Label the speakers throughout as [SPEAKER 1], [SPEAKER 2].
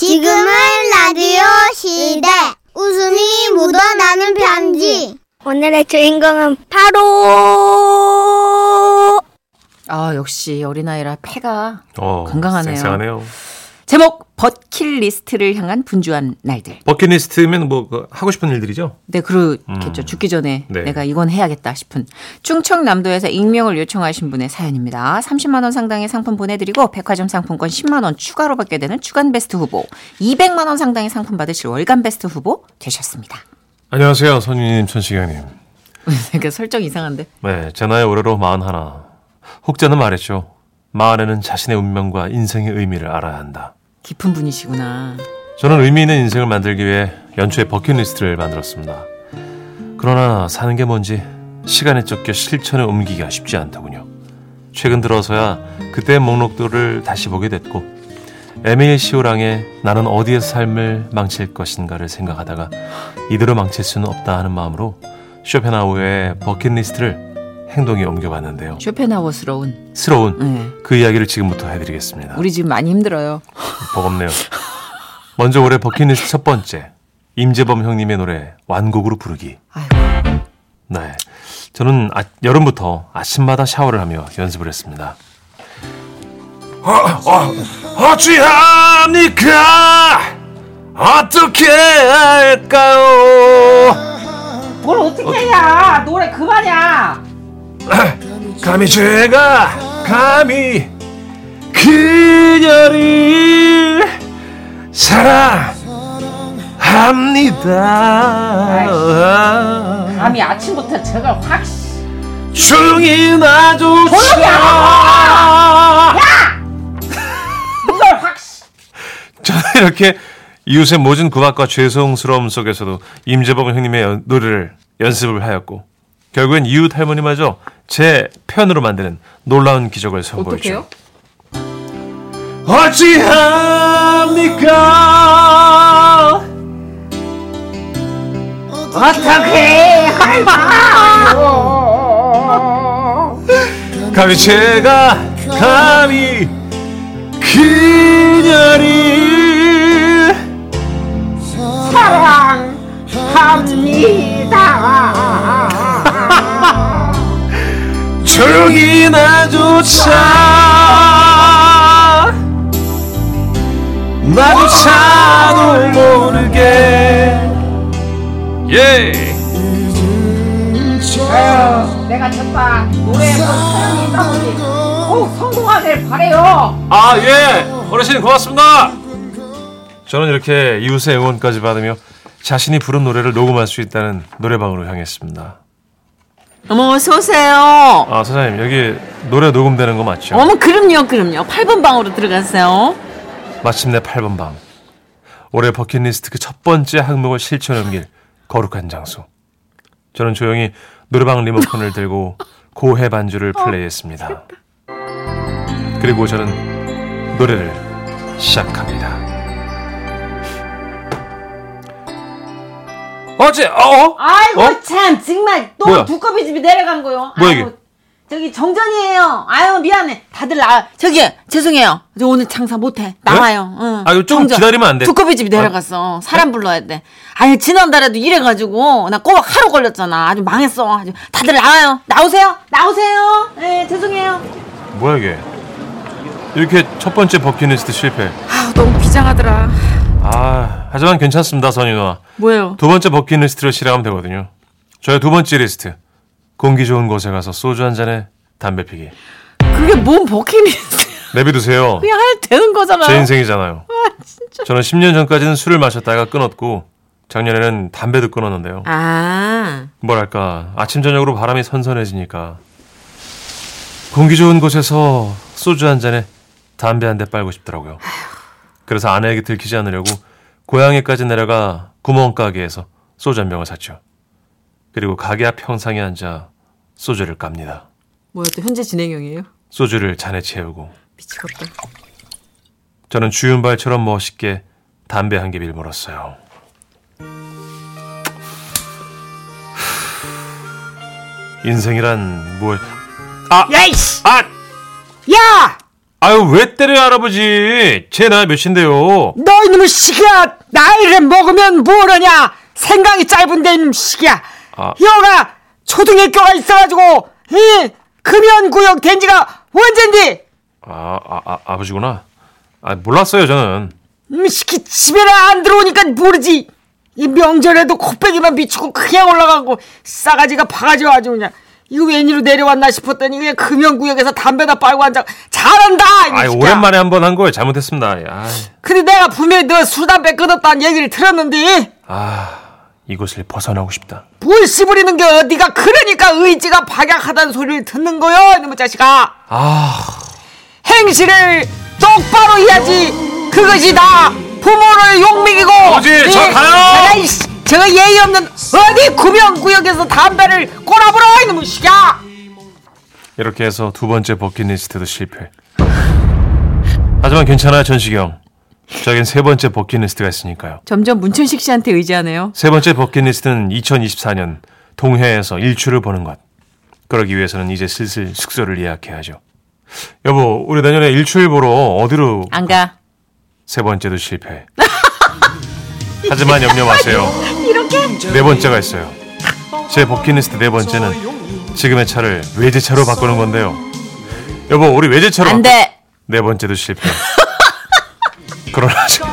[SPEAKER 1] 지금은 라디오 시대. 웃음이 묻어나는 편지.
[SPEAKER 2] 오늘의 주인공은 바로
[SPEAKER 3] 아 역시 어린아이라 폐가
[SPEAKER 4] 어,
[SPEAKER 3] 건강하네요.
[SPEAKER 4] 쌩쌩하네요.
[SPEAKER 3] 제목 버킷리스트를 향한 분주한 날들.
[SPEAKER 4] 버킷리스트면 뭐그 하고 싶은 일들이죠.
[SPEAKER 3] 네 그렇겠죠.
[SPEAKER 4] 음.
[SPEAKER 3] 죽기 전에
[SPEAKER 4] 네.
[SPEAKER 3] 내가 이건 해야겠다 싶은 충청남도에서 익명을 요청하신 분의 사연입니다. 30만 원 상당의 상품 보내드리고 백화점 상품권 10만 원 추가로 받게 되는 주간 베스트 후보, 200만 원 상당의 상품 받으실 월간 베스트 후보 되셨습니다.
[SPEAKER 4] 안녕하세요, 선유님, 천식영님. 음.
[SPEAKER 3] 그러니까 설정 이상한데.
[SPEAKER 4] 네, 제 나이 올해로 마흔 하나. 혹자는 말했죠. 마흔에는 자신의 운명과 인생의 의미를 알아야 한다.
[SPEAKER 3] 깊은 분이시구나.
[SPEAKER 4] 저는 의미 있는 인생을 만들기 위해 연초에 버킷리스트를 만들었습니다. 그러나 사는 게 뭔지 시간에 쫓겨 실천에 옮기기가 쉽지 않더군요. 최근 들어서야 그때 목록들을 다시 보게 됐고 에밀 시오랑의 나는 어디에서 삶을 망칠 것인가를 생각하다가 이대로 망칠 수는 없다 하는 마음으로 쇼펜하우의 버킷리스트를 행동에 옮겨봤는데요.
[SPEAKER 3] 음. 쇼펜하워스러운.
[SPEAKER 4] 스러운
[SPEAKER 3] 네.
[SPEAKER 4] 그 이야기를 지금부터 해드리겠습니다.
[SPEAKER 3] 우리 지금 많이 힘들어요.
[SPEAKER 4] 버겁네요. 먼저 올해 버킷리스트 첫 번째 임재범 형님의 노래 완곡으로 부르기.
[SPEAKER 3] 아이고.
[SPEAKER 4] 네, 저는 아- 여름부터 아침마다 샤워를 하며 연습을 했습니다. 아, 어찌합니까? 어떻게 할까요?
[SPEAKER 5] 뭘 어떻게 해야 노래 그만이야
[SPEAKER 4] 감히 제가 감히 그녀를 사랑합니다.
[SPEAKER 5] 감히 아침부터 저걸 확 씨.
[SPEAKER 4] 조용히 놔줘라.
[SPEAKER 5] 이걸 확 씨.
[SPEAKER 4] 저는 이렇게 이웃의 모진 구박과 죄송스러움 속에서도 임재범 형님의 연- 노래를 연습을 하였고 결국엔 이웃 할머니마저 제 편으로 만드는 놀라운 기적을 선보였죠.
[SPEAKER 3] 어떡해요?
[SPEAKER 4] 어찌합니까?
[SPEAKER 5] 어떻게 할까요
[SPEAKER 4] 감히 제가 감히 그녀를
[SPEAKER 5] 사랑합니다
[SPEAKER 4] 조용히 나조차 나조차도 모르게 예
[SPEAKER 5] 에휴, 내가 졌다 노래에 뭐 사랑이 있다 보니 꼭 성공하길 바래요
[SPEAKER 4] 아, 예. 어르신 고맙습니다. 저는 이렇게 이웃의 응원까지 받으며 자신이 부른 노래를 녹음할 수 있다는 노래방으로 향했습니다.
[SPEAKER 3] 어머 어서 오세요.
[SPEAKER 4] 아, 사장님, 여기 노래 녹음되는 거 맞죠?
[SPEAKER 3] 어머 그럼요 그럼요. 8번 방으로 들어가세요.
[SPEAKER 4] 마침내 8번 방. 올해 버킷리스트 그 첫 번째 항목을 실천해 옮길 거룩한 장소. 저는 조용히 노래방 리모컨을 들고 고해 반주를 플레이했습니다. 그리고 저는 노래를 시작합니다. 어째 어?
[SPEAKER 5] 아이고
[SPEAKER 4] 어?
[SPEAKER 5] 참 정말 또
[SPEAKER 4] 뭐야?
[SPEAKER 5] 두꺼비 집이 내려간 거요
[SPEAKER 4] 뭐야,
[SPEAKER 5] 아이고,
[SPEAKER 4] 이게?
[SPEAKER 5] 저기 정전이에요 아유 미안해 다들 나
[SPEAKER 3] 저기 죄송해요. 저 오늘 장사 못해 나와요. 응.
[SPEAKER 4] 네? 아, 이거 조금
[SPEAKER 3] 정전.
[SPEAKER 4] 기다리면 안 돼. 아, 네?
[SPEAKER 3] 두꺼비 집이 내려갔어. 사람 불러야 돼. 아니 지난달에도 이래가지고 나 꼬박 하루 걸렸잖아. 아주 망했어. 아주 다들 나와요. 나오세요.
[SPEAKER 5] 나오세요 네 죄송해요
[SPEAKER 4] 뭐야 이게? 이렇게 첫 번째 버킷리스트 실패.
[SPEAKER 3] 아, 너무 비장하더라.
[SPEAKER 4] 아, 하지만 괜찮습니다, 선희 누나.
[SPEAKER 3] 뭐예요?
[SPEAKER 4] 두 번째 버킷리스트를 실행하면 되거든요. 저의 두 번째 리스트. 공기 좋은 곳에 가서 소주 한 잔에 담배 피기.
[SPEAKER 3] 그게 뭔 버킷리스트야?
[SPEAKER 4] 내비두세요.
[SPEAKER 3] 그냥 할 되는 거잖아.
[SPEAKER 4] 제 인생이잖아요. 저는 10년 전까지는 술을 마셨다가 끊었고 작년에는 담배도 끊었는데요.
[SPEAKER 3] 아
[SPEAKER 4] 뭐랄까 아침 저녁으로 바람이 선선해지니까 공기 좋은 곳에서 소주 한 잔에 담배 한 대 빨고 싶더라고요. 그래서 아내에게 들키지 않으려고 고향에까지 내려가 구멍가게에서 소주 한 병을 샀죠. 그리고 가게 앞 평상에 앉아 소주를 깝니다.
[SPEAKER 3] 뭐야 또 현재 진행형이에요?
[SPEAKER 4] 소주를 잔에 채우고
[SPEAKER 3] 미치겠다.
[SPEAKER 4] 저는 주윤발처럼 멋있게 담배 한 개 밀물었어요. 인생이란 뭘? 아,
[SPEAKER 5] 야이씨
[SPEAKER 4] 아,
[SPEAKER 5] 야
[SPEAKER 4] 아, 아유 왜 때려요 할아버지? 제 나이 몇인데요?
[SPEAKER 2] 너 이놈의 시기야 나이를 먹으면 뭐하냐 생각이 짧은데 이놈 시기야
[SPEAKER 4] 아.
[SPEAKER 2] 여가 초등학교가 있어가지고 이 금연구역 된지가 언젠데
[SPEAKER 4] 아, 아, 아 아버지구나. 아 몰랐어요 저는.
[SPEAKER 2] 음 시기 집에나 안 들어오니까 모르지 이 명절에도 코빼기만 비추고 그냥 올라가고 싸가지가 파가지고 아주 그냥 이거 웬일로 내려왔나 싶었더니 그냥 금연구역에서 담배나 빨고 앉아 잘한다 이놈
[SPEAKER 4] 아
[SPEAKER 2] 시기야.
[SPEAKER 4] 오랜만에 한 번 한 거예요. 잘못했습니다. 아,
[SPEAKER 2] 근데 내가 분명히 너술 담배 끊었다는 얘기를 들었는데
[SPEAKER 4] 아 이곳을 벗어나고 싶다.
[SPEAKER 2] 불씨 부리는 게 어디가 그러니까 의지가 박약하다는 소리를 듣는 거요 이놈의 자식아
[SPEAKER 4] 아
[SPEAKER 2] 행실을 똑바로 해야지 그것이 다 부모를 욕먹이고 예,
[SPEAKER 4] 아버지, 저 가요!
[SPEAKER 2] 제가 이씨 저거 예의 없는 어디 구명구역에서 담배를 꼬라보라 이놈의 시야
[SPEAKER 4] 이렇게 해서 두 번째 버킷리스트도 실패. 하지만 괜찮아요 전시경. 저긴 세 번째 버킷리스트가 있으니까요.
[SPEAKER 3] 점점 문춘식 씨한테 의지하네요.
[SPEAKER 4] 세 번째 버킷리스트는 2024년 동해에서 일출을 보는 것. 그러기 위해서는 이제 슬슬 숙소를 예약해야죠. 여보, 우리 내년에 일출 보러 어디로
[SPEAKER 3] 안 가.
[SPEAKER 4] 세 번째도 실패. 하지만 염려 마세요. 이렇게 네 번째가 있어요. 제 버킷리스트 네 번째는 지금의 차를 외제차로 바꾸는 건데요. 여보, 우리 외제차로
[SPEAKER 3] 안
[SPEAKER 4] 바꾸-
[SPEAKER 3] 돼.
[SPEAKER 4] 네 번째도 실패. 그러나 저-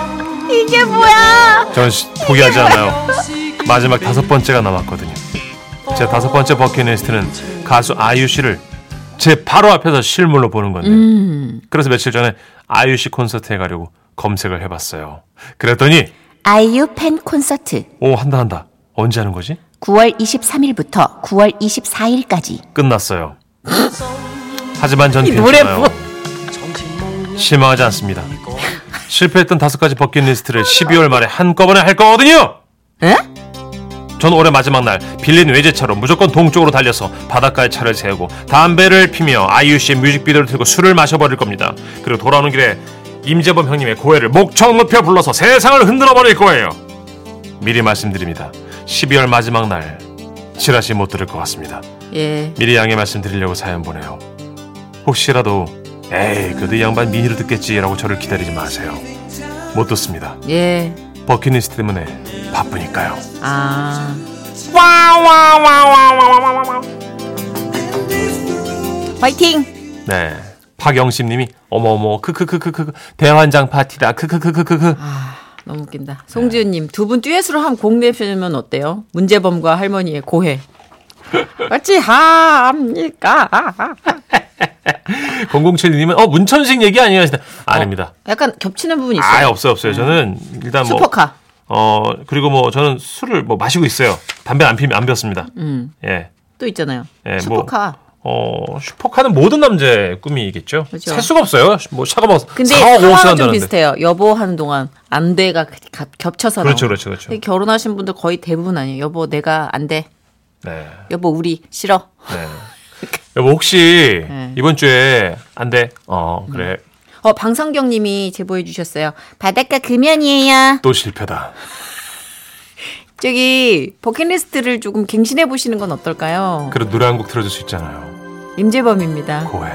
[SPEAKER 3] 이게 뭐야?
[SPEAKER 4] 저는 시- 포기하지 않아요. 마지막 다섯 번째가 남았거든요. 제 다섯 번째 버킷리스트는 가수 아이유 씨를 제 바로 앞에서 실물로 보는 건데.
[SPEAKER 3] 음.
[SPEAKER 4] 그래서 며칠 전에 아이유 씨 콘서트에 가려고 검색을 해봤어요. 그랬더니
[SPEAKER 3] 아이유 팬 콘서트
[SPEAKER 4] 오 한다 한다. 언제 하는 거지?
[SPEAKER 3] 9월 23일부터 9월 24일까지.
[SPEAKER 4] 끝났어요. 하지만 전
[SPEAKER 3] 노래 뭐.
[SPEAKER 4] 괜찮아요. 실망하지 않습니다. 실패했던 다섯 가지 버킷리스트를 12월 말에 한꺼번에 할 거거든요.
[SPEAKER 3] 에?
[SPEAKER 4] 전 올해 마지막 날 빌린 외제차로 무조건 동쪽으로 달려서 바닷가에 차를 세우고 담배를 피며 아이유 씨의 뮤직비디오를 틀고 술을 마셔버릴 겁니다. 그리고 돌아오는 길에 임재범 형님의 고해를 목청 높여 불러서 세상을 흔들어 버릴 거예요. 미리 말씀드립니다. 12월 마지막 날 지라시 못 들을 것 같습니다.
[SPEAKER 3] 예.
[SPEAKER 4] 미리 양해 말씀드리려고 사연 보내요. 혹시라도 에이 그래도 이 양반 미니로 듣겠지라고 저를 기다리지 마세요. 못 듣습니다.
[SPEAKER 3] 예.
[SPEAKER 4] 버킷리스트 때문에 바쁘니까요.
[SPEAKER 3] 아. 화이팅.
[SPEAKER 4] 네. 박영심 님이 어머어머 크크크크크 대환장 파티다 크크크크크크
[SPEAKER 3] 아. 너무 웃긴다. 송지은 님, 두 분 듀엣으로 한 공내표면 어때요? 문제범과 할머니의 고해. 아, 어찌합니까?
[SPEAKER 4] 007 님은 어 문천식 얘기 아니에요? 하시다. 아닙니다.
[SPEAKER 3] 약간 겹치는 부분이
[SPEAKER 4] 아예
[SPEAKER 3] 어, 있어요.
[SPEAKER 4] 없어요. 없어요. 저는 일단 뭐
[SPEAKER 3] 슈퍼카.
[SPEAKER 4] 어, 그리고 뭐 저는 술을 뭐 마시고 있어요. 담배 안 피면 안 폈습니다.
[SPEAKER 3] 음.
[SPEAKER 4] 예.
[SPEAKER 3] 또 있잖아요.
[SPEAKER 4] 예, 뭐.
[SPEAKER 3] 슈퍼카.
[SPEAKER 4] 어, 슈퍼카는 모든 남자의 꿈이겠죠.
[SPEAKER 3] 그죠.
[SPEAKER 4] 살 수가 없어요. 뭐 차가 막
[SPEAKER 3] 근데
[SPEAKER 4] 4억
[SPEAKER 3] 상황은
[SPEAKER 4] 5억
[SPEAKER 3] 좀
[SPEAKER 4] 한다는데.
[SPEAKER 3] 비슷해요. 여보 하는 동안 안 돼가 가- 겹쳐서 나오는
[SPEAKER 4] 그렇죠, 그렇죠, 그렇죠.
[SPEAKER 3] 근데 결혼하신 분들 거의 대부분 아니에요. 여보 내가 안 돼.
[SPEAKER 4] 네.
[SPEAKER 3] 여보 우리 싫어.
[SPEAKER 4] 네. 여보 혹시
[SPEAKER 3] 네.
[SPEAKER 4] 이번 주에 안 돼. 어, 그래.
[SPEAKER 3] 어 방성경 님이 제보해 주셨어요. 바닷가 금연이에요.
[SPEAKER 4] 또 실패다.
[SPEAKER 3] 저기 버킷리스트를 조금 갱신해 보시는 건 어떨까요?
[SPEAKER 4] 그래 노래 한 곡 틀어줄 수 있잖아요.
[SPEAKER 3] 임재범입니다.
[SPEAKER 4] 고해.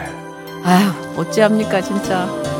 [SPEAKER 3] 아휴 어찌합니까 진짜.